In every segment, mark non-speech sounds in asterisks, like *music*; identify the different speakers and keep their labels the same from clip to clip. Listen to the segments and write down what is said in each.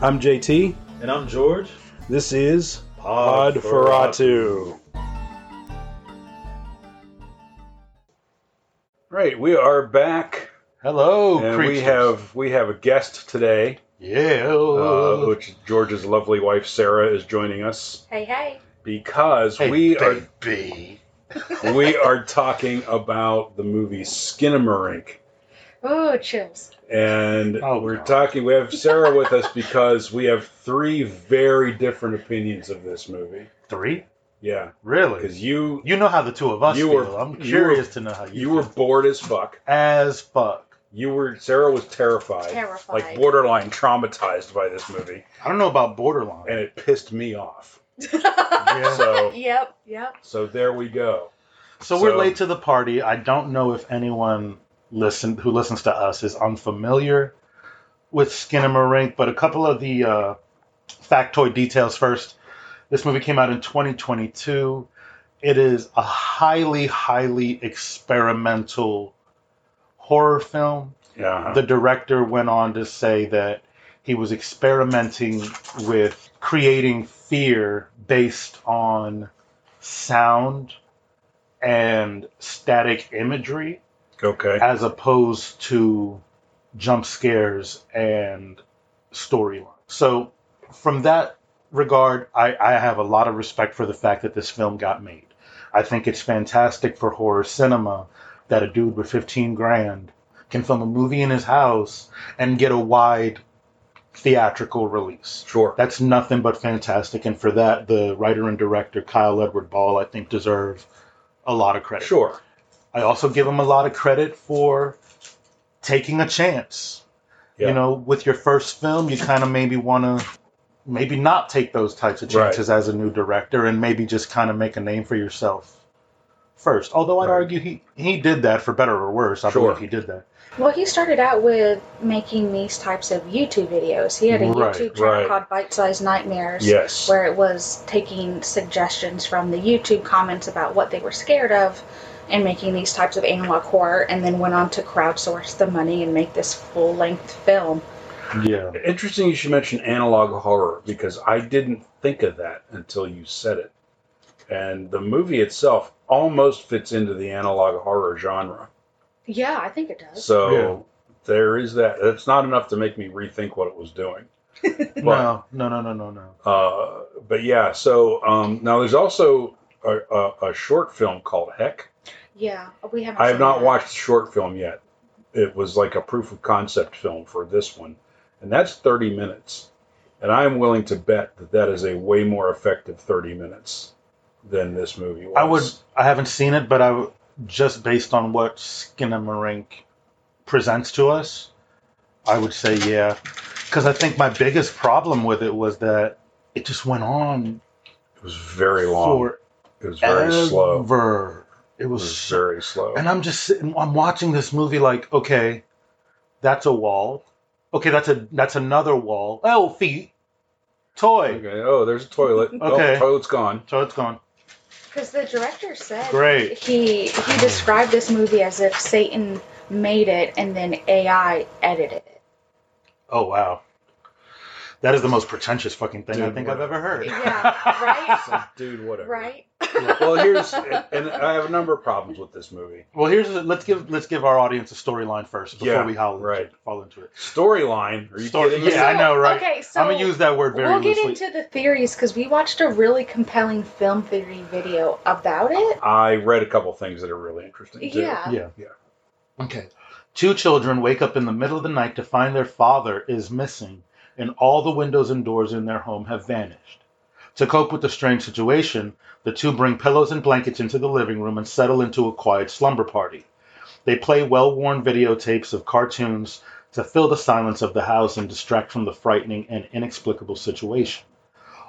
Speaker 1: I'm JT.
Speaker 2: And I'm George.
Speaker 1: This is
Speaker 2: Pod Ferratu.
Speaker 1: Right, we are back,
Speaker 3: Hello,
Speaker 1: and
Speaker 3: creatures.
Speaker 1: we have we have a guest today,
Speaker 3: yeah.
Speaker 1: uh,
Speaker 3: Oh.
Speaker 1: which George's lovely wife Sarah is joining us
Speaker 4: Hey, hey.
Speaker 1: because
Speaker 3: Hey,
Speaker 1: we
Speaker 3: baby.
Speaker 1: are we are talking about the movie Skinamarink,
Speaker 4: Oh, chills.
Speaker 1: and
Speaker 3: Oh,
Speaker 1: we're
Speaker 3: God.
Speaker 1: talking. We have Sarah with us because we have three very different opinions of this movie.
Speaker 3: three.
Speaker 1: Yeah,
Speaker 3: Really?
Speaker 1: because you
Speaker 3: You know how the two of us
Speaker 1: You
Speaker 3: feel.
Speaker 1: were-
Speaker 3: I'm
Speaker 1: you
Speaker 3: curious to know how you,
Speaker 1: you were
Speaker 3: feel.
Speaker 1: bored as fuck.
Speaker 3: as fuck.
Speaker 1: You were Sarah was terrified,
Speaker 4: Terrified.
Speaker 1: like borderline traumatized by this movie,
Speaker 3: I don't know about borderline.
Speaker 1: and it pissed me off.
Speaker 3: Yeah.
Speaker 1: So,
Speaker 4: *laughs* yep, yep.
Speaker 1: so there we go.
Speaker 3: so we're
Speaker 1: so-
Speaker 3: late to the party. I don't know if anyone listen who listens to us is unfamiliar with Skinamarink, but a couple of the uh, factoid details first. This movie came out in 2022. It is a highly, highly experimental horror film.
Speaker 1: Yeah,
Speaker 3: the director went on to say that he was experimenting with creating fear based on sound and static imagery
Speaker 1: okay.
Speaker 3: as opposed to jump scares and storyline. So, from that regard, I, I have a lot of respect for the fact that this film got made. I think it's fantastic for horror cinema that a dude with 15 grand can film a movie in his house and get a wide theatrical release.
Speaker 1: Sure.
Speaker 3: That's nothing but fantastic. And for that, the writer and director, Kyle Edward Ball, I think deserve a lot of credit.
Speaker 1: Sure.
Speaker 3: I also give him a lot of credit for taking a chance.
Speaker 1: Yeah.
Speaker 3: You know, with your first film, you kind of maybe want to maybe not take those types of
Speaker 1: Right.
Speaker 3: chances as a new director and maybe just kind of make a name for yourself first. Although I'd
Speaker 1: Right.
Speaker 3: argue he, he did that for better or worse. I
Speaker 1: Sure.
Speaker 3: believe he did that.
Speaker 4: Well, he started out with making these types of YouTube videos. He had a
Speaker 3: Right,
Speaker 1: right.
Speaker 4: YouTube channel called Bite Size Nightmares,
Speaker 1: Yes.
Speaker 4: where it was taking suggestions from the YouTube comments about what they were scared of and making these types of analog horror, and then went on to crowdsource the money and make this full length film.
Speaker 3: Yeah.
Speaker 1: Interesting. You should mention analog horror because I didn't think of that until you said it. And the movie itself almost fits into the analog horror genre.
Speaker 4: Yeah, I think it does.
Speaker 1: So
Speaker 3: Yeah.
Speaker 1: there is that. That's not enough to make me rethink what it was *laughs* doing. But
Speaker 3: No, no, no, no, no, no.
Speaker 1: Uh, but yeah, so um, now there's also a, a, a short film called Heck.
Speaker 4: Yeah, we haven't.
Speaker 1: I have
Speaker 4: seen
Speaker 1: not
Speaker 4: that.
Speaker 1: watched the short film yet. It was like a proof of concept film for this one, and that's 30 minutes. And I am willing to bet that that is a way more effective 30 minutes than this movie was.
Speaker 3: I would. I haven't seen it, but I w- just based on what Skinamarink presents to us, I would say yeah. Because I think my biggest problem with it was that it just went on
Speaker 1: It was very long. it was very slow. It
Speaker 3: forever. It was,
Speaker 1: was very slow.
Speaker 3: and I'm just sitting. I'm watching this movie like, okay, that's a wall. Okay, that's a that's another wall. Oh, feet, toy.
Speaker 1: okay. Oh, there's a toilet.
Speaker 3: Okay.
Speaker 1: Oh, toilet's
Speaker 3: *laughs*
Speaker 1: gone.
Speaker 3: So it's gone.
Speaker 4: Because the director said
Speaker 3: Great.
Speaker 4: he he described this movie as if Satan made it and then AI edited it.
Speaker 3: Oh wow. That is the most pretentious fucking thing I
Speaker 1: Dude,
Speaker 3: think
Speaker 1: what-
Speaker 3: I've ever heard. *laughs*
Speaker 4: Yeah, right?
Speaker 1: So, dude, whatever.
Speaker 4: Right?
Speaker 1: well, here's and I have a number of problems with this movie.
Speaker 3: Well, here's let's give let's give our audience a storyline first before
Speaker 1: Yeah,
Speaker 3: we howl
Speaker 1: right.
Speaker 3: fall into it.
Speaker 1: Storyline? Are you
Speaker 3: Story-
Speaker 1: kidding me?
Speaker 3: Yeah, I know, right?
Speaker 4: Okay, so
Speaker 3: I'm gonna use that word very
Speaker 4: we'll get
Speaker 3: loosely.
Speaker 4: into the theories because we watched a really compelling film theory video about it.
Speaker 1: I read a couple things that are really interesting too.
Speaker 4: Yeah.
Speaker 3: yeah,
Speaker 1: Yeah.
Speaker 3: Okay. Two children wake up in the middle of the night to find their father is missing, and all the windows and doors in their home have vanished. To cope with the strange situation, the two bring pillows and blankets into the living room and settle into a quiet slumber party. They play well worn videotapes of cartoons to fill the silence of the house and distract from the frightening and inexplicable situation,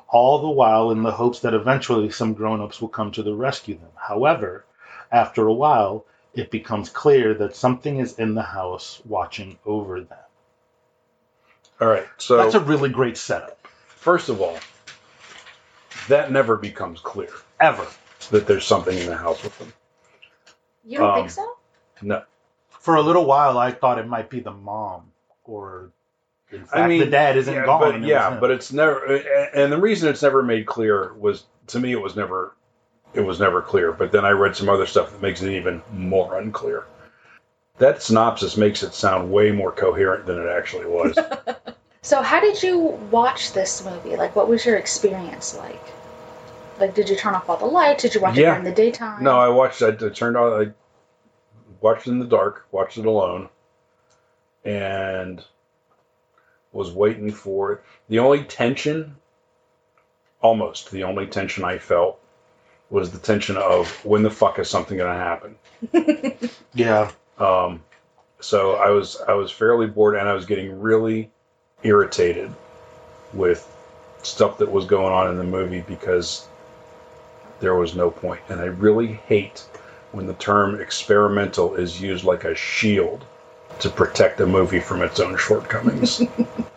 Speaker 3: all the while in the hopes that eventually some grown ups will come to the rescue them. However, after a while, it becomes clear that something is in the house watching over them.
Speaker 1: All right. So
Speaker 3: That's a really great setup.
Speaker 1: first of all, that never becomes clear
Speaker 3: Ever.
Speaker 1: that there's something in the house with them.
Speaker 4: You don't
Speaker 1: Um,
Speaker 4: think so?
Speaker 1: No.
Speaker 3: For a little while, I thought it might be the mom or In fact, the dad isn't
Speaker 1: yeah,
Speaker 3: gone.
Speaker 1: But,
Speaker 3: it was
Speaker 1: yeah,
Speaker 3: him.
Speaker 1: but it's never. a- And the reason it's never made clear was to me it was never, it was never clear. But then I read some other stuff that makes it even more unclear. That synopsis makes it sound way more coherent than it actually was.
Speaker 4: So, how did you watch this movie? Like, what was your experience like? Like, did you turn off all the lights? Did you watch
Speaker 1: Yeah.
Speaker 4: it during the daytime?
Speaker 1: no, I watched. I, I turned on. I watched it in the dark. Watched it alone, and was waiting for it. The only tension, almost the only tension I felt, was the tension of when the fuck is something going to happen.
Speaker 3: yeah,
Speaker 1: Um, so I was I was fairly bored, and I was getting really irritated with stuff that was going on in the movie because there was no point. And I really hate when the term experimental is used like a shield to protect a movie from its own shortcomings.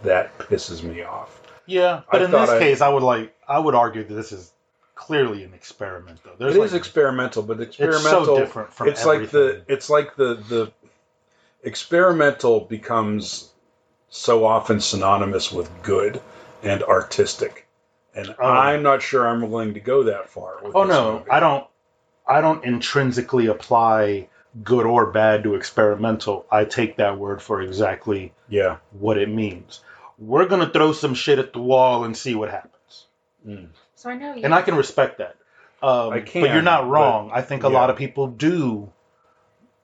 Speaker 1: that pisses me off.
Speaker 3: yeah. But
Speaker 1: I
Speaker 3: in this
Speaker 1: thought I-
Speaker 3: case, I would like I would argue that this is clearly an experiment, though.
Speaker 1: It
Speaker 3: There's
Speaker 1: is
Speaker 3: like,
Speaker 1: experimental, but
Speaker 3: It's
Speaker 1: experimental
Speaker 3: so different from
Speaker 1: it's like the it's like the the experimental becomes so often synonymous with good and artistic and
Speaker 3: Oh.
Speaker 1: i'm not sure i'm willing to go that far with
Speaker 3: Oh
Speaker 1: this
Speaker 3: no,
Speaker 1: movie.
Speaker 3: I don't. I don't intrinsically apply good or bad to experimental. I take that word for exactly
Speaker 1: yeah
Speaker 3: what it means. We're gonna throw some shit at the wall and see what happens,
Speaker 4: *laughs*
Speaker 3: Hmm.
Speaker 4: So I know you.
Speaker 3: and I can respect that. Um,
Speaker 1: I
Speaker 3: but you're
Speaker 1: can,
Speaker 3: not wrong. I think a lot
Speaker 1: yeah.
Speaker 3: of people do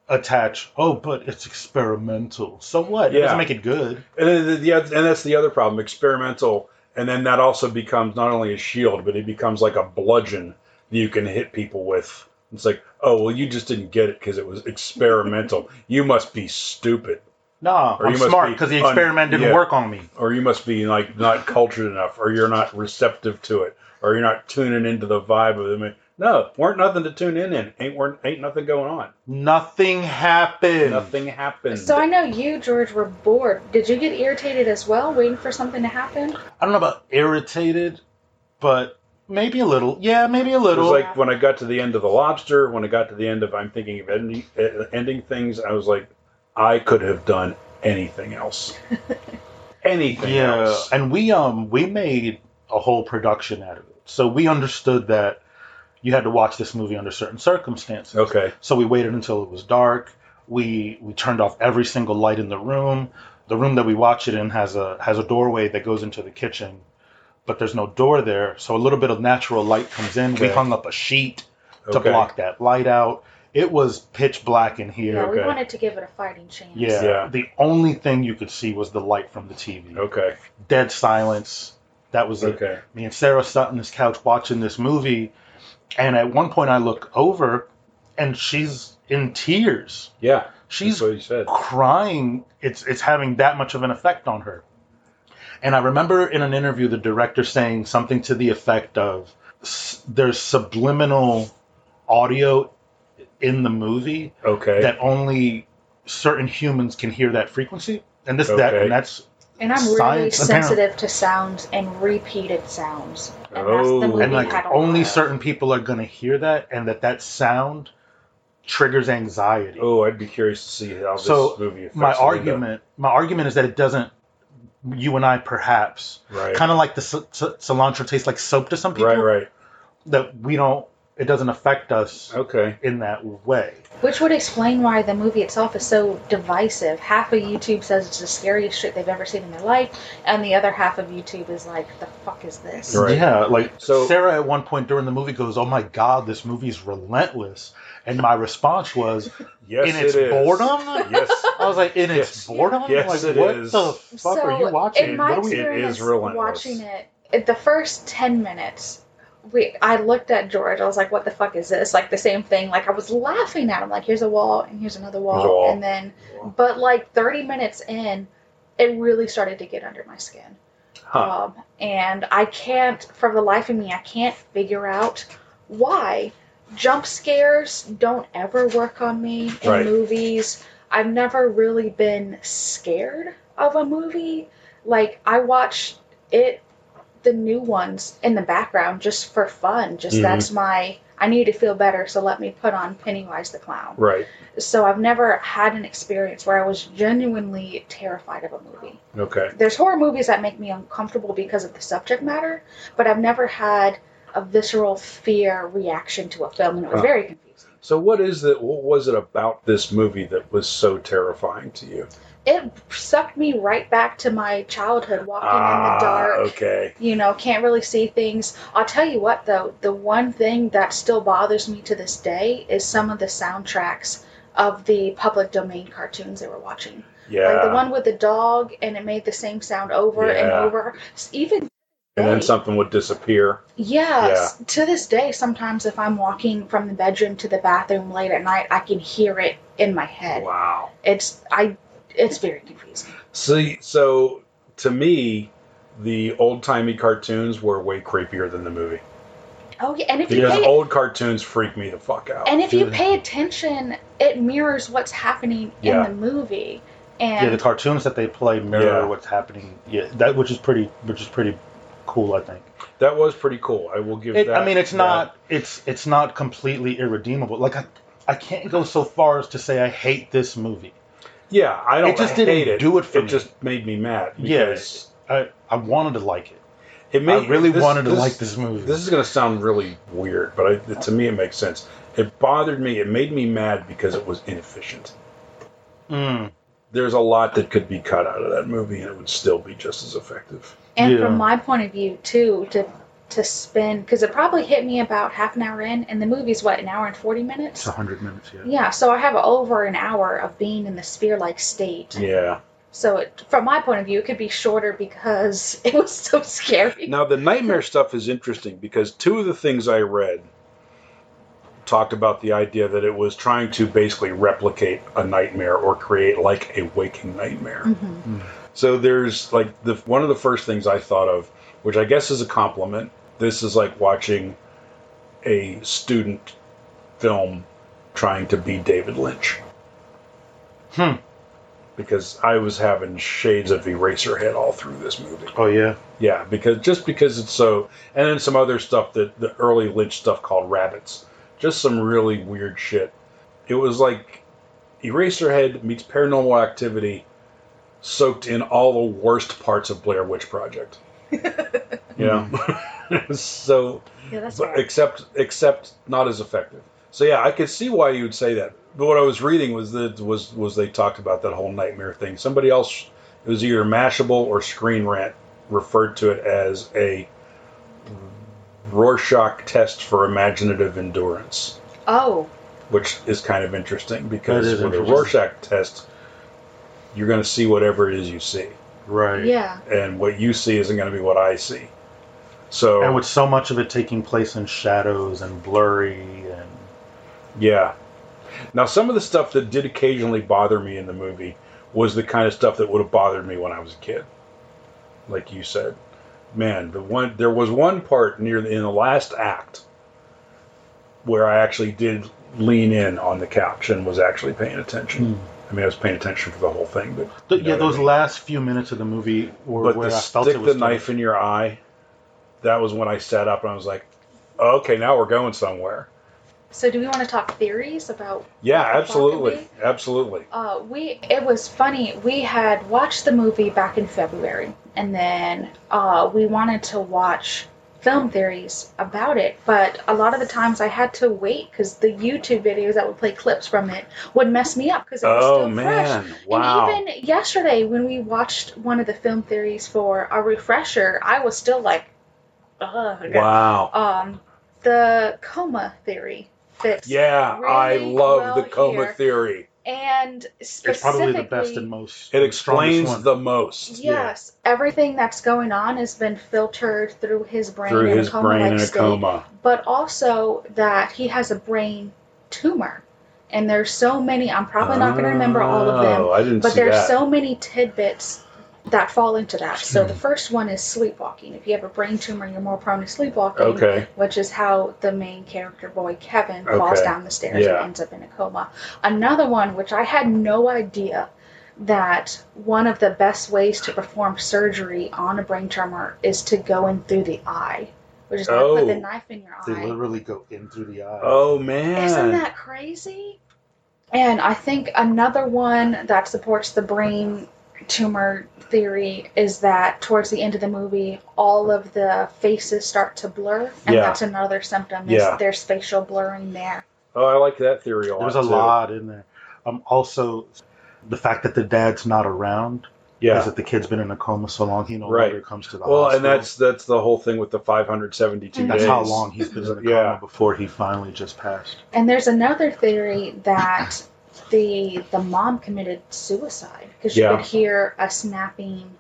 Speaker 3: attach. Oh, but it's experimental. So what? It
Speaker 1: Yeah.
Speaker 3: doesn't make it good.
Speaker 1: and then the, the, oth- and that's the other problem experimental and then that also becomes not only a shield but it becomes like a bludgeon that you can hit people with it's like oh well you just didn't get it because it was
Speaker 3: *laughs*
Speaker 1: experimental you must be stupid
Speaker 3: Nah,
Speaker 1: Or
Speaker 3: I'm
Speaker 1: you must
Speaker 3: smart
Speaker 1: be
Speaker 3: because the
Speaker 1: un-
Speaker 3: experiment didn't
Speaker 1: yeah.
Speaker 3: work on me.
Speaker 1: or you must be like not cultured enough, or you're not receptive to it, or you're not tuning into the vibe of it. No, weren't nothing to tune in in. Ain't weren't, ain't nothing going on.
Speaker 3: Nothing happened.
Speaker 1: Nothing happened.
Speaker 4: so I know you, George, were bored. Did you get irritated as well, waiting for something to happen?
Speaker 3: I don't know about irritated, but maybe a little. Yeah, maybe a
Speaker 1: it was
Speaker 3: little.
Speaker 1: like when I got to the end of the lobster, when I got to the end of I'm thinking of ending, eh, ending things, I was like, I could have done anything
Speaker 4: *laughs*
Speaker 1: else. anything
Speaker 3: yeah,
Speaker 1: else.
Speaker 3: and we um we made a whole production out of it, so we understood that you had to watch this movie under certain circumstances.
Speaker 1: Okay.
Speaker 3: So we waited until it was dark. We we turned off every single light in the room. The room that we watch it in has a has a doorway that goes into the kitchen, but there's no door there. So a little bit of natural light comes in. We
Speaker 1: Okay.
Speaker 3: hung up a sheet to
Speaker 1: okay.
Speaker 3: block that light out. It was pitch black in here.
Speaker 4: Yeah, we
Speaker 1: okay.
Speaker 4: wanted to give it a fighting chance.
Speaker 3: Yeah,
Speaker 1: Yeah.
Speaker 3: The only thing you could see was the light from the TV.
Speaker 1: Okay.
Speaker 3: Dead silence. That was it.
Speaker 1: Okay.
Speaker 3: Me and Sarah sat on this couch watching this movie, and at one point I look over, and she's in tears.
Speaker 1: Yeah.
Speaker 3: She's
Speaker 1: that's what you said.
Speaker 3: crying. It's it's having that much of an effect on her. And I remember in an interview the director saying something to the effect of "S- "There's subliminal audio in the movie
Speaker 1: Okay.
Speaker 3: that only certain humans can hear that frequency. And this that
Speaker 1: Okay.
Speaker 3: and that's
Speaker 4: And I'm really
Speaker 3: Science, apparently.
Speaker 4: sensitive to sounds and repeated sounds. And
Speaker 1: Oh.
Speaker 4: that's the movie
Speaker 3: and like
Speaker 4: had a lot
Speaker 3: only
Speaker 4: of.
Speaker 3: certain people are going to hear that and that that sound triggers anxiety.
Speaker 1: oh, I'd be curious to see how this
Speaker 3: So,
Speaker 1: movie affects
Speaker 3: my
Speaker 1: Linda.
Speaker 3: argument my argument is that it doesn't you and I perhaps
Speaker 1: Right.
Speaker 3: kind of like the c- c- cilantro tastes like soap to some people
Speaker 1: Right. Right.
Speaker 3: that we don't it doesn't affect us
Speaker 1: Okay.
Speaker 3: in that way.
Speaker 4: Which would explain why the movie itself is so divisive. Half of YouTube says it's the scariest shit they've ever seen in their life, and the other half of YouTube is like, the fuck is this?
Speaker 1: Right.
Speaker 3: Yeah, like
Speaker 1: So-
Speaker 3: Sarah at one point during the movie goes, "Oh my god, this movie's relentless." And my response was,
Speaker 1: Yes,
Speaker 3: in its
Speaker 1: it is.
Speaker 3: boredom?
Speaker 1: Yes.
Speaker 3: I was like, in
Speaker 1: Yes.
Speaker 3: its boredom?
Speaker 1: Yes,
Speaker 3: like,
Speaker 1: it
Speaker 3: what
Speaker 1: is.
Speaker 3: the fuck are you watching?
Speaker 4: In
Speaker 3: What
Speaker 4: my
Speaker 3: are
Speaker 1: It
Speaker 3: we
Speaker 1: is
Speaker 4: experience
Speaker 1: relentless.
Speaker 4: watching it, at the first 10 minutes, we, I looked at George. I was like, "What the fuck is this?" Like the same thing. Like I was laughing at him. Like here's a wall and here's another wall,
Speaker 1: Here's a wall.
Speaker 4: and then, but like 30 minutes in, it really started to get under my skin.
Speaker 1: Huh.
Speaker 4: Um, and I can't, for the life of me, I can't figure out why jump scares don't ever work on me in
Speaker 1: Right.
Speaker 4: movies. I've never really been scared of a movie. Like, I watch it, the new ones in the background just for fun. Just
Speaker 1: Mhm.
Speaker 4: that's my I need to feel better, so let me put on Pennywise the Clown.
Speaker 1: Right.
Speaker 4: So I've never had an experience where I was genuinely terrified of a movie.
Speaker 1: Okay.
Speaker 4: There's horror movies that make me uncomfortable because of the subject matter, but I've never had a visceral fear reaction to a film, and it was
Speaker 1: Huh.
Speaker 4: very confusing.
Speaker 1: So what is that? What was it about this movie that was so terrifying to you?
Speaker 4: It sucked me right back to my childhood, walking in the dark.
Speaker 1: Ah, okay.
Speaker 4: you know, can't really see things. I'll tell you what, though, the one thing that still bothers me to this day is some of the soundtracks of the public domain cartoons they were watching.
Speaker 1: Yeah.
Speaker 4: Like the one with the dog, and it made the same sound over and
Speaker 1: Yeah.
Speaker 4: over. S- Even
Speaker 1: and then
Speaker 4: day.
Speaker 1: something would disappear.
Speaker 4: yeah, s- to this day, sometimes if I'm walking from the bedroom to the bathroom late at night, I can hear it in my head.
Speaker 1: Wow.
Speaker 4: It's I, it's very confusing.
Speaker 1: See, so to me, the old timey cartoons were way creepier than the movie
Speaker 4: Oh yeah, and if you
Speaker 1: because
Speaker 4: pay
Speaker 1: old cartoons freak me the fuck out.
Speaker 4: And if you
Speaker 3: Dude.
Speaker 4: pay attention, it mirrors what's happening
Speaker 1: Yeah.
Speaker 4: in the movie.
Speaker 3: Yeah,
Speaker 4: And
Speaker 3: the cartoons that they play mirror
Speaker 1: Yeah.
Speaker 3: what's happening. Yeah, that which is pretty, which is pretty cool. I think.
Speaker 1: that was pretty cool. I will give
Speaker 3: It,
Speaker 1: that.
Speaker 3: I mean, it's
Speaker 1: that-
Speaker 3: not. It's it's not completely irredeemable. Like I, I can't go so far as to say I hate this movie.
Speaker 1: Yeah, I don't.
Speaker 3: It just
Speaker 1: hate
Speaker 3: didn't
Speaker 1: it.
Speaker 3: do it for
Speaker 1: it
Speaker 3: me.
Speaker 1: just made me mad.
Speaker 3: Yeah.
Speaker 1: because
Speaker 3: I I wanted to like it.
Speaker 1: it made,
Speaker 3: I really
Speaker 1: this-
Speaker 3: wanted to
Speaker 1: this-
Speaker 3: like this movie.
Speaker 1: This is going to sound really weird, but I, to me it makes sense. It bothered me. It made me mad because it was inefficient.
Speaker 3: Mm.
Speaker 1: There's a lot that could be cut out of that movie, and it would still be just as effective.
Speaker 4: and
Speaker 3: Yeah.
Speaker 4: from my point of view, too, to to spend because it probably hit me about half an hour in, and the movie's what an hour and forty
Speaker 3: It's
Speaker 4: minutes.
Speaker 3: hundred minutes. Yeah.
Speaker 4: Yeah, so I have over an hour of being in the sphere-like state.
Speaker 1: Yeah.
Speaker 4: So, it, from my point of view, it could be shorter because *laughs* it was so scary.
Speaker 1: Now the nightmare stuff is interesting because two of the things I read talked about the idea that it was trying to basically replicate a nightmare or create like a waking nightmare.
Speaker 4: Mhm.
Speaker 1: So there's like the one of the first things I thought of, which I guess is a compliment. This is like watching a student film trying to be David Lynch.
Speaker 3: Hmm.
Speaker 1: Because I was having shades of Eraserhead all through this movie.
Speaker 3: Oh yeah.
Speaker 1: Yeah, because just because it's so, and then some other stuff that the early Lynch stuff called rabbits, just some really weird shit. It was like Eraserhead meets Paranormal Activity, soaked in all the worst parts of Blair Witch Project. yeah, *laughs* so
Speaker 4: Yeah, that's
Speaker 1: but
Speaker 4: fair.
Speaker 1: except except not as effective. So yeah, I could see why you would say that. But what I was reading was that was was they talked about that whole nightmare thing. Somebody else it was either Mashable or Screen Rant referred to it as a Rorschach test for imaginative endurance,
Speaker 4: Oh,
Speaker 1: which is kind of interesting because
Speaker 3: That is
Speaker 1: with a
Speaker 3: interesting.
Speaker 1: Rorschach test, you're going to see whatever it is you see,
Speaker 3: Right.
Speaker 4: yeah.
Speaker 1: and what you see isn't going to be what I see. So
Speaker 3: And with so much of it taking place in shadows and blurry and
Speaker 1: Yeah. Now, some of the stuff that did occasionally bother me in the movie was the kind of stuff that would have bothered me when I was a kid. Like you said, man, the one there was one part near the, in the last act where I actually did lean in on the couch and was actually paying
Speaker 3: Hmm. *clears throat*
Speaker 1: attention. I mean, I was paying attention for the whole thing, but
Speaker 3: Th-
Speaker 1: Hmm. you know
Speaker 3: yeah,
Speaker 1: what I
Speaker 3: those
Speaker 1: mean.
Speaker 3: last few minutes of the movie were
Speaker 1: but
Speaker 3: where
Speaker 1: the
Speaker 3: I felt
Speaker 1: stick
Speaker 3: it
Speaker 1: the
Speaker 3: was
Speaker 1: knife in your eye. That was when I sat up and I was like, okay, now we're going somewhere.
Speaker 4: So, do we want to talk theories about
Speaker 1: Yeah,
Speaker 4: Like the
Speaker 1: absolutely,
Speaker 4: Bartleby?
Speaker 1: absolutely.
Speaker 4: Uh, we it was funny. We had watched the movie back in February, and then uh, we wanted to watch film theories about it. But a lot of the times, I had to wait because the YouTube videos that would play clips from it would mess me up because it was
Speaker 1: Oh
Speaker 4: still fresh.
Speaker 1: man! Wow.
Speaker 4: And even yesterday, when we watched one of the film theories for a refresher, I was still like, "Ugh."
Speaker 1: Wow.
Speaker 4: Um, the coma theory fits.
Speaker 1: Yeah, I
Speaker 4: Really
Speaker 1: love
Speaker 4: well
Speaker 1: the coma
Speaker 4: here.
Speaker 1: theory.
Speaker 4: And specifically,
Speaker 3: It's probably the best and most.
Speaker 1: It
Speaker 3: and strongest
Speaker 1: explains
Speaker 3: one.
Speaker 1: the most.
Speaker 4: Yes, everything that's going on has been filtered through his brain
Speaker 1: Through
Speaker 4: in
Speaker 1: his
Speaker 4: a coma
Speaker 1: brain in a
Speaker 4: state,
Speaker 1: coma.
Speaker 4: but also that he has a brain tumor. And there's so many, I'm probably not going to remember all of them,
Speaker 1: Oh, I didn't
Speaker 4: but
Speaker 1: see
Speaker 4: there's
Speaker 1: that.
Speaker 4: so many tidbits that fall into that. So
Speaker 1: Hmm.
Speaker 4: the first one is sleepwalking. If you have a brain tumor, you're more prone to sleepwalking,
Speaker 1: okay.
Speaker 4: which is how the main character boy Kevin falls
Speaker 1: Okay.
Speaker 4: down the stairs
Speaker 1: Yeah.
Speaker 4: and ends up in a coma. Another one, which I had no idea that one of the best ways to perform surgery on a brain tumor is to go in through the eye, We're just gonna put the
Speaker 1: Oh.
Speaker 4: knife in your eye.
Speaker 3: They literally go in through the eye.
Speaker 1: Oh man.
Speaker 4: Isn't that crazy? And I think another one that supports the brain tumor theory is that towards the end of the movie, all of the faces start to blur, and
Speaker 1: Yeah.
Speaker 4: that's another symptom. Is
Speaker 1: Yeah.
Speaker 4: There's facial blurring there.
Speaker 1: oh, I like that theory a lot.
Speaker 3: There's a
Speaker 1: too.
Speaker 3: lot in there. Um, also, the fact that the dad's not around is
Speaker 1: Yeah.
Speaker 3: that the kid's been in a coma so long he no
Speaker 1: Right.
Speaker 3: longer comes to the
Speaker 1: Well,
Speaker 3: hospital.
Speaker 1: and that's that's the whole thing with the 572
Speaker 4: Mhm.
Speaker 1: days.
Speaker 3: that's how long he's been in a coma
Speaker 1: Yeah.
Speaker 3: before he finally just passed.
Speaker 4: And there's another theory that the the mom committed suicide because
Speaker 1: Yeah.
Speaker 4: you could hear a snapping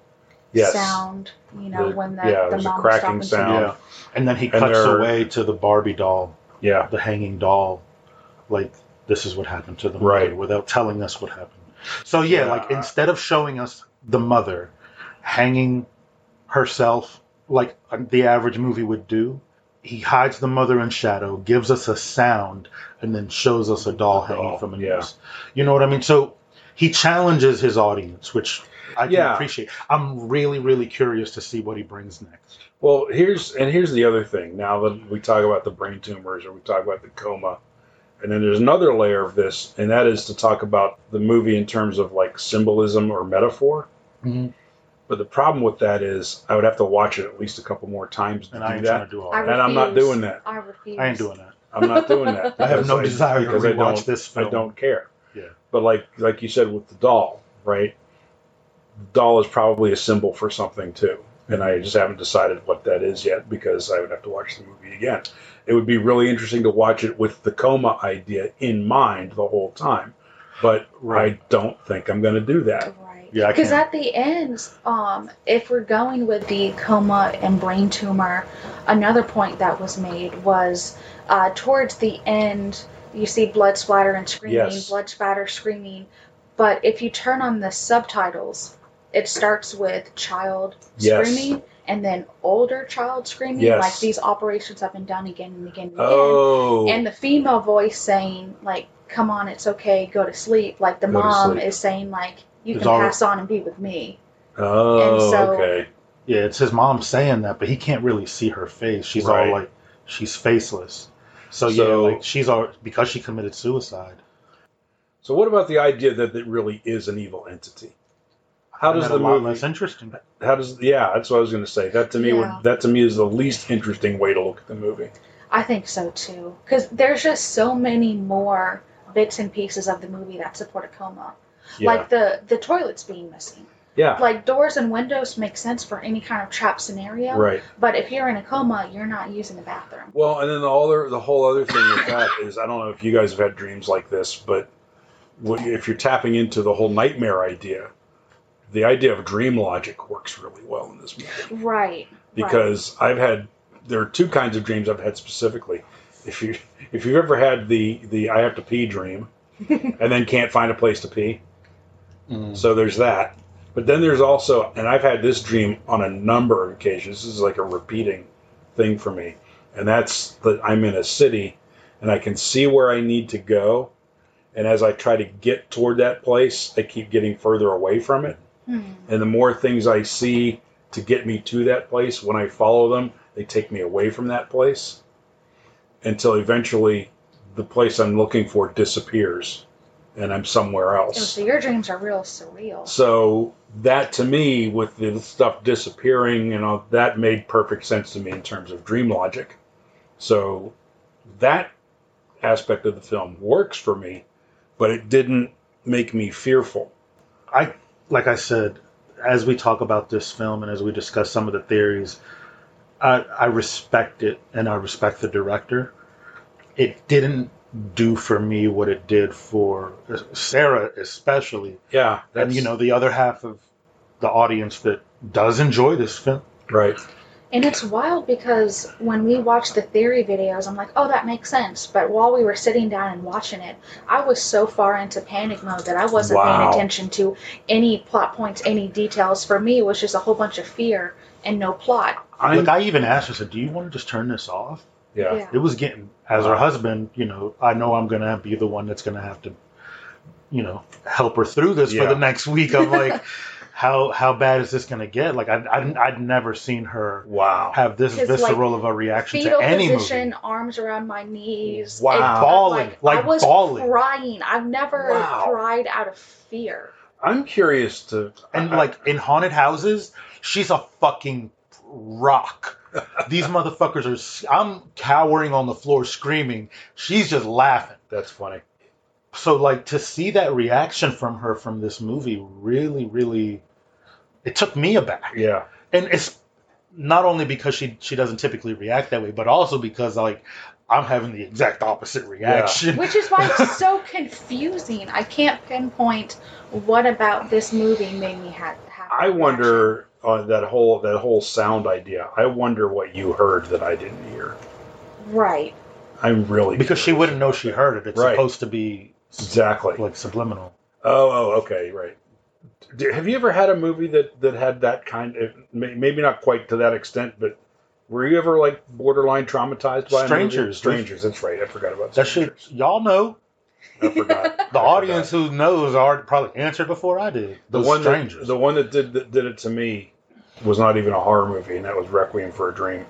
Speaker 1: Yes.
Speaker 4: sound. You know
Speaker 1: The-
Speaker 4: when the
Speaker 1: yeah,
Speaker 4: the
Speaker 1: there's a
Speaker 4: mom was
Speaker 1: cracking
Speaker 4: talking to
Speaker 1: sound.
Speaker 4: the-
Speaker 3: Yeah. And then he
Speaker 1: And
Speaker 3: cuts
Speaker 1: they're-
Speaker 3: away to the Barbie doll,
Speaker 1: Yeah.
Speaker 3: the hanging doll. Like, this is what happened to the mother
Speaker 1: Right.
Speaker 3: without telling us what happened. So, yeah,
Speaker 1: Yeah.
Speaker 3: like, instead of showing us the mother hanging herself like um, the average movie would do, he hides the mother in shadow, gives us a sound, and then shows us a doll hanging
Speaker 1: Doll,
Speaker 3: from a
Speaker 1: yeah.
Speaker 3: noose. You know what I mean? So, he challenges his audience, which I can
Speaker 1: Yeah.
Speaker 3: appreciate. I'm really, really curious to see what he brings next.
Speaker 1: Well, here's and here's the other thing. Now that we talk about the brain tumors or we talk about the coma, and then there's another layer of this, and that is to talk about the movie in terms of like symbolism or metaphor.
Speaker 3: Mhm.
Speaker 1: Mm-hmm. But the problem with that is I would have to watch it at least a couple more times to
Speaker 3: And
Speaker 1: do
Speaker 3: I ain't
Speaker 1: that.
Speaker 3: trying to do all
Speaker 4: I
Speaker 3: that.
Speaker 1: And I'm not
Speaker 4: refuse.
Speaker 1: doing that.
Speaker 4: I refuse.
Speaker 3: I ain't doing that.
Speaker 1: I'm not doing that.
Speaker 3: *laughs* I have no
Speaker 1: because
Speaker 3: desire to
Speaker 1: because I don't-
Speaker 3: rewatch this film.
Speaker 1: I don't care.
Speaker 3: Yeah.
Speaker 1: But like like you said with the doll, right? The doll is probably a symbol for something too. And I just haven't decided what that is yet because I would have to watch the movie again. It would be really interesting to watch it with the coma idea in mind the whole time. But I don't think I'm going to do that.
Speaker 4: Right.
Speaker 3: Yeah, I
Speaker 4: Because
Speaker 3: can't-
Speaker 4: at the end, um, if we're going with the coma and brain tumor, another point that was made was uh, towards the end, you see blood splatter and screaming,
Speaker 1: Yes.
Speaker 4: blood splatter, screaming. But if you turn on the subtitles, it starts with child
Speaker 1: Yes.
Speaker 4: screaming and then older child screaming.
Speaker 1: Yes.
Speaker 4: Like these operations have been done again and again and again
Speaker 1: Oh.
Speaker 4: and the female voice saying like come on it's okay go to sleep like the
Speaker 1: Go to
Speaker 4: mom
Speaker 1: sleep.
Speaker 4: is saying like you
Speaker 3: It's
Speaker 4: can
Speaker 3: all-
Speaker 4: pass on and be with me
Speaker 1: oh,
Speaker 4: and so-
Speaker 1: okay.
Speaker 3: Yeah, it's his mom saying that, but he can't really see her face. She's
Speaker 1: Right.
Speaker 3: all like, she's faceless. So,
Speaker 1: So-
Speaker 3: yeah, like she's all because she committed suicide.
Speaker 1: So what about the idea that it really is an evil entity? How
Speaker 3: And
Speaker 1: does
Speaker 3: that
Speaker 1: the
Speaker 3: a lot
Speaker 1: movie
Speaker 3: less interesting?
Speaker 1: How does yeah? That's what I was going to say. That to me
Speaker 4: Yeah.
Speaker 1: would that to me is the least interesting way to look at the movie.
Speaker 4: i think so too because there's just so many more bits and pieces of the movie that support a coma
Speaker 1: Yeah, Ah.
Speaker 4: like the the toilets being missing
Speaker 1: yeah,
Speaker 4: like doors and windows make sense for any kind of trap scenario
Speaker 1: right.
Speaker 4: but if you're in a coma you're not using the bathroom
Speaker 1: Well, and then the other the whole other thing with that is I don't know if you guys have had dreams like this, but what, if you're tapping into the whole nightmare idea, the idea of dream logic works really well in this movie
Speaker 4: right
Speaker 1: because I've had there are two kinds of dreams I've had specifically. If you if you've ever had the the I have to pee dream, and then can't find a place to pee. So there's that. But then there's also, and I've had this dream on a number of occasions. This is like a repeating thing for me. And that's that I'm in a city and I can see where I need to go. And as I try to get toward that place, I keep getting further away from it.
Speaker 4: *laughs* hmm.
Speaker 1: And the more things I see to get me to that place, when I follow them, they take me away from that place until eventually the place I'm looking for disappears and I'm somewhere
Speaker 4: Oh,
Speaker 1: else.
Speaker 4: so your dreams are real surreal
Speaker 1: So that to me, with the stuff disappearing and all that, made perfect sense to me in terms of dream logic. So that aspect of the film works for me, but it didn't make me fearful.
Speaker 3: Like I said, as we talk about this film and as we discuss some of the theories, I, I respect it and I respect the director. It didn't do for me what it did for Sarah, especially.
Speaker 1: Yeah, that's
Speaker 3: and you know the other half of the audience that does enjoy this film.
Speaker 1: right.
Speaker 4: And it's wild because when we watch the theory videos, I'm like, oh, that makes sense. But while we were sitting down and watching it, I was so far into panic mode that I wasn't
Speaker 1: Wow.
Speaker 4: paying attention to any plot points, any details. For me, it was just a whole bunch of fear and no plot.
Speaker 1: I'm,
Speaker 3: Like I even asked her, I said, "Do you want to just turn this off?"
Speaker 1: yeah,
Speaker 3: It was getting as her husband. You know, I know I'm gonna be the one that's gonna have to, you know, help her through this
Speaker 1: Yeah. *laughs*
Speaker 3: for the next week. I'm like, how how bad is this going to get? Like I I'd, I'd never seen her
Speaker 1: wow.
Speaker 3: have this
Speaker 4: His, like,
Speaker 3: visceral of a reaction to
Speaker 4: Fetal
Speaker 3: any
Speaker 4: position,
Speaker 3: movie.
Speaker 4: arms around my knees.
Speaker 1: Wow.
Speaker 4: and I'm
Speaker 3: Bawling, like
Speaker 4: I was
Speaker 3: bawling.
Speaker 4: crying. I've never
Speaker 1: Wow.
Speaker 4: cried out of fear.
Speaker 1: I'm curious to
Speaker 3: And
Speaker 1: I-
Speaker 3: like in haunted houses, she's a fucking rock.
Speaker 1: *laughs*
Speaker 3: These motherfuckers are. s- I'm cowering on the floor screaming. She's just laughing.
Speaker 1: that's funny.
Speaker 3: So like to see that reaction from her from this movie really really, it took me aback.
Speaker 1: Yeah.
Speaker 3: and it's not only because she she doesn't typically react that way, but also because like I'm having the exact opposite reaction.
Speaker 4: Which is why it's
Speaker 1: *laughs*
Speaker 4: so confusing. I can't pinpoint what about this movie made me ha- have. that
Speaker 1: I wonder on that whole that whole sound idea. I wonder what you heard that I didn't hear.
Speaker 4: reaction. Right.
Speaker 1: I'm really
Speaker 3: *laughs* Because she
Speaker 1: curious
Speaker 3: wouldn't know
Speaker 1: about
Speaker 3: she
Speaker 1: that.
Speaker 3: heard it. It's
Speaker 1: Right.
Speaker 3: supposed to be
Speaker 1: exactly.
Speaker 3: like subliminal.
Speaker 1: Oh, oh, okay, right. D- Have you ever had a movie that that had that kind of may- maybe not quite to that extent, but were you ever like borderline traumatized by a movie?
Speaker 3: Strangers.
Speaker 1: Strangers, that's right. I forgot about
Speaker 3: That shit,
Speaker 1: strangers.
Speaker 3: y'all know.
Speaker 1: I forgot.
Speaker 3: *laughs* The
Speaker 1: I
Speaker 3: audience
Speaker 1: forgot.
Speaker 3: who knows already probably answered before I did.
Speaker 1: the
Speaker 3: Those
Speaker 1: one
Speaker 3: strangers.
Speaker 1: That, the one that did that did it to me was not even a horror movie, and that was Requiem for a Dream.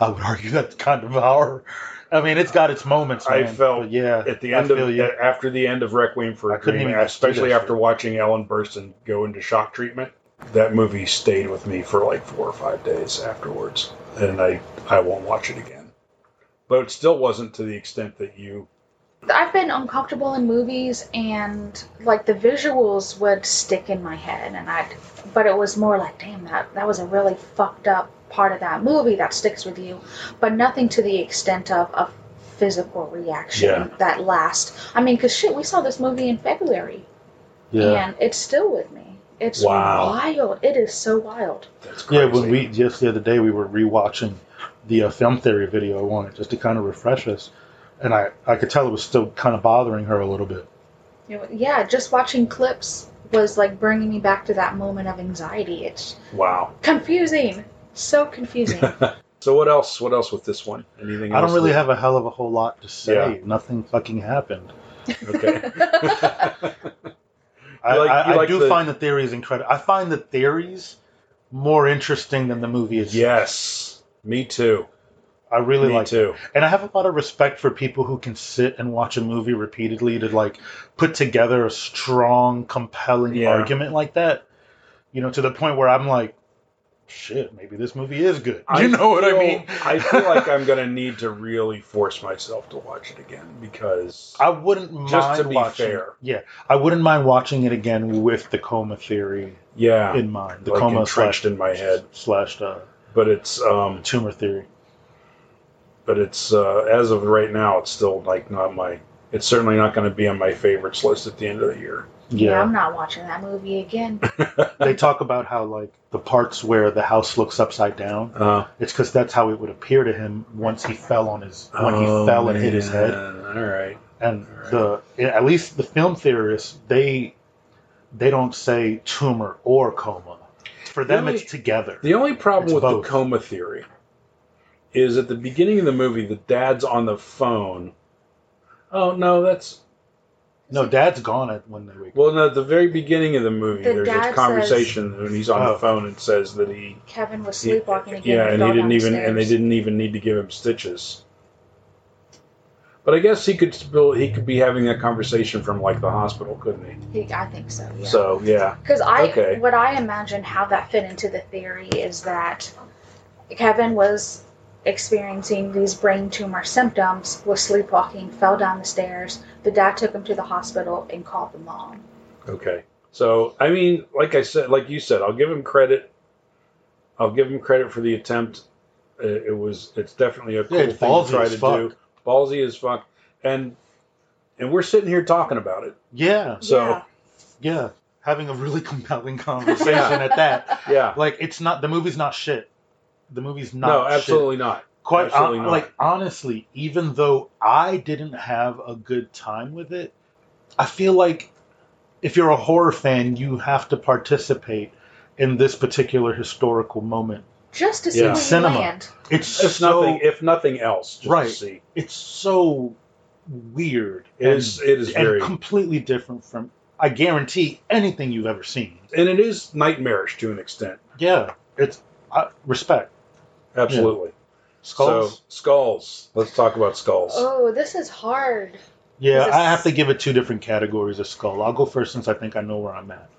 Speaker 3: I would argue that's kind of horror. I mean, it's got its moments.
Speaker 1: I
Speaker 3: man,
Speaker 1: felt
Speaker 3: but yeah.
Speaker 1: At the
Speaker 3: I
Speaker 1: end of
Speaker 3: feel you.
Speaker 1: a- after the end of Requiem for
Speaker 3: I
Speaker 1: a
Speaker 3: couldn't
Speaker 1: Dream,
Speaker 3: even do
Speaker 1: especially
Speaker 3: that
Speaker 1: after watching Ellen Burstyn go into shock treatment, that movie stayed with me for like four or five days afterwards, and I I won't watch it again. But it still wasn't to the extent that you.
Speaker 4: I've been uncomfortable in movies, and like the visuals would stick in my head, and I'd. But it was more like, damn, that that was a really fucked up part of that movie that sticks with you, but nothing to the extent of a physical reaction
Speaker 1: Yeah.
Speaker 4: that last. I mean, because shit, we saw this movie in February,
Speaker 3: yeah.
Speaker 4: and it's still with me. It's
Speaker 1: Wow.
Speaker 4: wild. It is so wild.
Speaker 1: That's
Speaker 3: Yeah,
Speaker 1: crazy.
Speaker 3: when we just the other day we were rewatching the uh, film theory video on it just to kind of refresh us, and I I could tell it was still kind of bothering her a little bit.
Speaker 4: You know, yeah, just watching clips was like bringing me back to that moment of anxiety. It's
Speaker 1: wow.
Speaker 4: confusing. So confusing.
Speaker 1: So what else? What else with this one? Anything?
Speaker 3: I
Speaker 1: else
Speaker 3: don't really
Speaker 1: that-
Speaker 3: have a hell of a whole lot to say.
Speaker 1: Yeah.
Speaker 3: Nothing fucking happened.
Speaker 1: *laughs*
Speaker 4: *laughs*
Speaker 1: Okay.
Speaker 3: *laughs* I,
Speaker 1: You like-
Speaker 3: I,
Speaker 1: you
Speaker 3: I
Speaker 1: like
Speaker 3: do
Speaker 1: the-
Speaker 3: find the theories incredible. I find the theories more interesting than the movie is.
Speaker 1: yes. Me too.
Speaker 3: I really
Speaker 1: me
Speaker 3: like it.
Speaker 1: too.
Speaker 3: And I have a lot of respect for people who can sit and watch a movie repeatedly to like put together a strong, compelling
Speaker 1: Yeah.
Speaker 3: argument like that. You know, to the point where I'm like, shit, maybe this movie is good. you know what I
Speaker 1: feel-
Speaker 3: mean?
Speaker 1: I feel
Speaker 3: *laughs*
Speaker 1: like I'm going to need to really force myself to watch it again because
Speaker 3: I wouldn't mind
Speaker 1: Just to be
Speaker 3: watching.
Speaker 1: fair.
Speaker 3: Yeah, I wouldn't mind watching it again with the coma theory
Speaker 1: yeah,
Speaker 3: in mind. The
Speaker 1: like
Speaker 3: coma
Speaker 1: entrenched
Speaker 3: slash
Speaker 1: in my head.
Speaker 3: slash uh,
Speaker 1: But it's um,
Speaker 3: tumor theory.
Speaker 1: but it's uh, as of right now, it's still like not my. It's certainly not going to be on my favorites list at the end of the year.
Speaker 4: yeah.
Speaker 3: Yeah,
Speaker 4: I'm not watching that movie again.
Speaker 3: they talk about how like the parts where the house looks upside down.
Speaker 1: Uh,
Speaker 3: It's because that's how it would appear to him once he fell on his when
Speaker 1: oh,
Speaker 3: he fell and hit his
Speaker 1: man.
Speaker 3: head.
Speaker 1: All right.
Speaker 3: And
Speaker 1: Alright.
Speaker 3: the at least the film theorists they they don't say tumor or coma. For them,
Speaker 1: Really?
Speaker 3: it's together.
Speaker 1: The only problem
Speaker 3: It's
Speaker 1: with
Speaker 3: both.
Speaker 1: the coma theory is at the beginning of the movie, the dad's on the phone. Oh no, that's
Speaker 3: No, Dad's gone at when they wake up.
Speaker 1: Well, no, at the very beginning of the movie,
Speaker 4: The
Speaker 1: there's
Speaker 4: dad
Speaker 1: a
Speaker 4: says-
Speaker 1: conversation when he's on
Speaker 3: Oh.
Speaker 1: the phone and says that he,
Speaker 4: Kevin was
Speaker 1: he-
Speaker 4: sleepwalking again.
Speaker 1: yeah, and
Speaker 4: fell
Speaker 1: he didn't even,
Speaker 4: downstairs.
Speaker 1: and they didn't even need to give him stitches. But I guess he could still, he could be having that conversation from like the hospital, couldn't he?
Speaker 4: He, I think so. Yeah.
Speaker 1: So yeah,
Speaker 4: Because I,
Speaker 1: Okay.
Speaker 4: what I imagine how that fit into the theory is that Kevin was experiencing these brain tumor symptoms, was sleepwalking, fell down the stairs. The dad took him to the hospital and called the mom.
Speaker 1: okay. So I mean, like I said, like you said, I'll give him credit. I'll give him credit for the attempt. It, it was, it's definitely a cool
Speaker 3: it's
Speaker 1: thing
Speaker 3: ballsy
Speaker 1: to try
Speaker 3: as
Speaker 1: to
Speaker 3: fuck.
Speaker 1: do. Ballsy as fuck, and and we're sitting here talking about it.
Speaker 3: Yeah,
Speaker 1: So
Speaker 3: yeah. Having a really *laughs* compelling conversation at that.
Speaker 1: yeah.
Speaker 3: Like it's not the movie's not shit. The movie's not.
Speaker 1: No,
Speaker 3: shit.
Speaker 1: absolutely not.
Speaker 3: Quite
Speaker 1: Absolutely
Speaker 3: hon-
Speaker 1: not.
Speaker 3: like honestly, even though I didn't have a good time with it, I feel like if you're a horror fan, you have to participate in this particular historical moment.
Speaker 4: just to see
Speaker 1: Yeah.
Speaker 4: where
Speaker 3: Cinema.
Speaker 4: you land.
Speaker 3: It's
Speaker 1: If
Speaker 3: so
Speaker 1: nothing, if nothing else, just
Speaker 3: Right.
Speaker 1: to see.
Speaker 3: it's so weird.
Speaker 1: It is. It is
Speaker 3: and
Speaker 1: very.
Speaker 3: completely different from I guarantee, anything you've ever seen.
Speaker 1: And it is nightmarish to an extent.
Speaker 3: Yeah, it's I, respect.
Speaker 1: Absolutely.
Speaker 3: Skulls.
Speaker 1: So, skulls. Let's talk about skulls.
Speaker 4: Oh, this is hard.
Speaker 3: yeah,
Speaker 4: is a
Speaker 3: I have
Speaker 4: s-
Speaker 3: to give it two different categories of skull. I'll go first since I think I know where I'm at.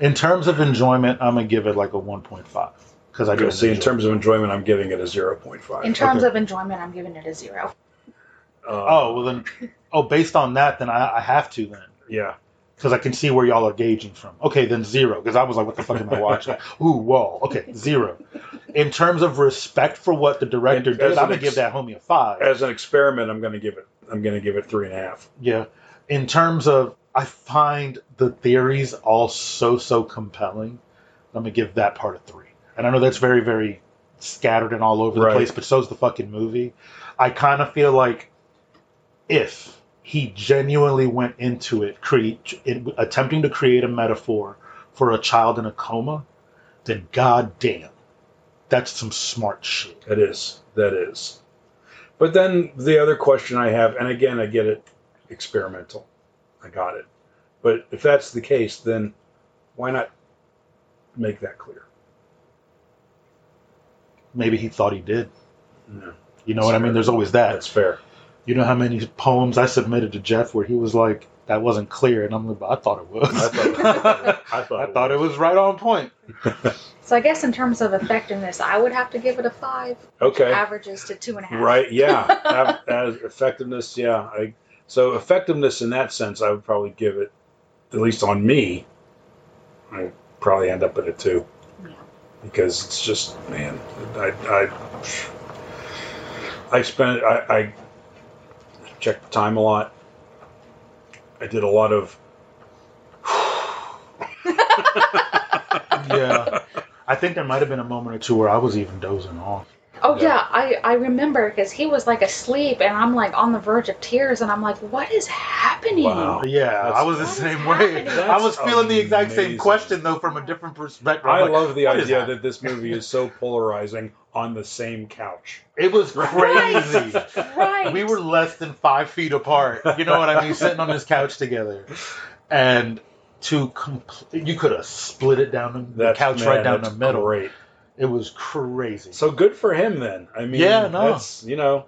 Speaker 3: In terms of enjoyment, I'm gonna give it like a 1.5 because I
Speaker 1: I
Speaker 3: didn't
Speaker 1: see. In
Speaker 3: enjoy it.
Speaker 1: terms of enjoyment, I'm giving it a zero point five.
Speaker 4: In terms
Speaker 3: Okay.
Speaker 4: of enjoyment, I'm giving it a zero.
Speaker 1: Uh,
Speaker 3: Oh well, then. Oh, based on that, then I, I have to then.
Speaker 1: yeah.
Speaker 3: because I can see where y'all are gauging from. Okay, then zero, because I was like, what the fuck am I
Speaker 1: *laughs*
Speaker 3: watching? Ooh, whoa. Okay, zero. In terms of respect for what the director
Speaker 1: And as
Speaker 3: did,
Speaker 1: an
Speaker 3: I'm gonna
Speaker 1: ex-
Speaker 3: give that homie a five.
Speaker 1: As an experiment, I'm going to give it. I'm going to give it three and a half.
Speaker 3: yeah. In terms of, I find the theories all so so compelling. I'm gonna give that part a three. And I know that's very very scattered and all over
Speaker 1: Right.
Speaker 3: the place, but so's the fucking movie. I kind of feel like if he genuinely went into it, create in, attempting to create a metaphor for a child in a coma, then goddamn, that's some smart shit.
Speaker 1: It is. That is. But then the other question I have, and again, I get it experimental. I got it. But if that's the case, then why not make that clear?
Speaker 3: Maybe he thought he did.
Speaker 1: No,
Speaker 3: You know what I mean? There's always that.
Speaker 1: that's fair.
Speaker 3: You know how many poems I submitted to Jeff where he was like, "That wasn't clear," and I'm like, "I thought it was.
Speaker 1: I
Speaker 3: *laughs*
Speaker 1: thought, I
Speaker 3: I thought it was right on point."
Speaker 4: So I guess in terms of effectiveness, I would have to give it a five.
Speaker 1: okay.
Speaker 4: Averages to two and a half.
Speaker 1: Right. Yeah. Ab- as effectiveness. Yeah. I, so effectiveness in that sense, I would probably give it, at least on me, I probably end up at a two,
Speaker 4: Yeah.
Speaker 1: because it's just man, I I, I spent I, I checked the time a lot. I did a lot of
Speaker 3: yeah. I think there might have been a moment or two where I was even dozing off.
Speaker 4: Oh
Speaker 1: Yeah.
Speaker 4: yeah, I I remember because he was like asleep, and I'm like on the verge of tears, and I'm like, what is happening?
Speaker 1: Wow.
Speaker 3: Yeah, I was the
Speaker 4: That's-
Speaker 3: same
Speaker 4: what is
Speaker 3: way.
Speaker 4: happening?
Speaker 3: I was feeling the exact
Speaker 1: Amazing.
Speaker 3: same question though from a different perspective. I'm
Speaker 1: I
Speaker 3: like,
Speaker 1: love the
Speaker 3: what is
Speaker 1: idea
Speaker 3: that?
Speaker 1: that this movie is
Speaker 3: *laughs*
Speaker 1: so polarizing on the same couch.
Speaker 3: it was crazy.
Speaker 1: *laughs*
Speaker 4: Right.
Speaker 3: we were less than five feet apart. You know what I mean? Sitting on this couch together, and to complete, you could have split it down the
Speaker 1: That's-
Speaker 3: couch
Speaker 1: man,
Speaker 3: right down the
Speaker 1: that's
Speaker 3: middle.
Speaker 1: Great.
Speaker 3: It was crazy.
Speaker 1: So good for him then. I mean,
Speaker 3: Yeah, no.
Speaker 1: that's you know,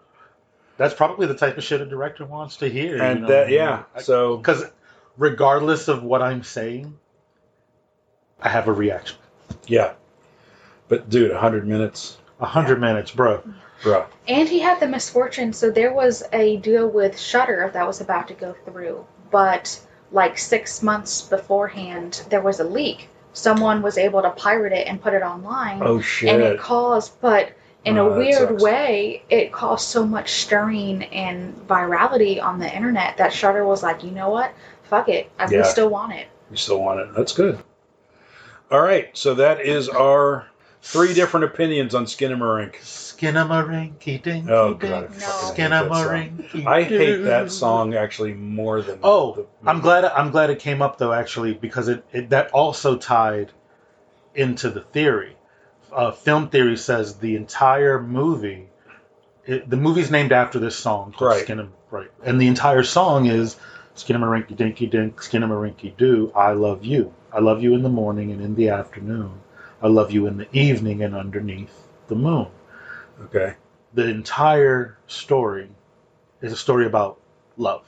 Speaker 3: That's probably the type of shit a director wants to hear.
Speaker 1: and that yeah. So
Speaker 3: because regardless of what I'm saying, I have a reaction.
Speaker 1: yeah, but dude, hundred minutes,
Speaker 3: A hundred minutes, bro.
Speaker 1: bro.
Speaker 4: And he had the misfortune, so there was a deal with Shutter that was about to go through, but like six months beforehand, there was a leak. Someone was able to pirate it and put it online,
Speaker 1: Oh
Speaker 4: and it
Speaker 1: shit.
Speaker 4: caused, but in
Speaker 1: Oh,
Speaker 4: a
Speaker 1: that
Speaker 4: weird
Speaker 1: sucks.
Speaker 4: way, it caused so much stirring and virality on the internet that Shutter was like, you know what, fuck it, I,
Speaker 1: Yeah.
Speaker 4: we still want it.
Speaker 1: You still want it? That's good. All right, so that is our three different opinions on Skinnamarink.
Speaker 3: Skinamarinky dinky
Speaker 1: Oh,
Speaker 3: dink.
Speaker 1: God, I
Speaker 4: No.
Speaker 1: fucking hate that song.
Speaker 3: Skinamarinky.
Speaker 1: I hate that
Speaker 3: doo.
Speaker 1: song actually more than.
Speaker 3: Oh,
Speaker 1: the-
Speaker 3: I'm glad. I'm glad it came up though, actually, because it, it that also tied into the theory. Uh, film theory says the entire movie, it, the movie's named after this song called
Speaker 1: Right.
Speaker 3: Skinnem- right, and the entire song is Skinnamarink Dinky Dink, Skinnamarink Doo. I love you. I love you in the morning and in the afternoon. I love you in the evening and underneath the moon
Speaker 1: Okay.
Speaker 3: the entire story is a story about love,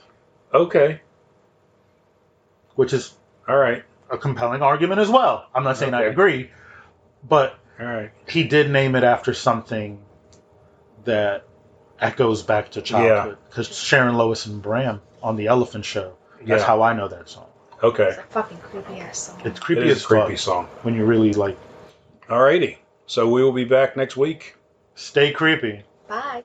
Speaker 1: Okay.
Speaker 3: which is
Speaker 1: All right.
Speaker 3: a compelling argument as well. I'm not saying I
Speaker 1: Okay.
Speaker 3: agree, but
Speaker 1: All right.
Speaker 3: he did name it after something that echoes back to childhood. Because Sharon Lois and Bram on The Elephant Show, that's
Speaker 1: Yeah.
Speaker 3: how I know that song.
Speaker 1: okay.
Speaker 4: It's a fucking creepy ass song.
Speaker 3: It's
Speaker 1: It
Speaker 3: creepy
Speaker 1: is
Speaker 3: as
Speaker 1: a creepy
Speaker 3: fuck
Speaker 1: song.
Speaker 3: when you really like
Speaker 1: All righty. So we will be back next week.
Speaker 3: stay creepy.
Speaker 4: Bye.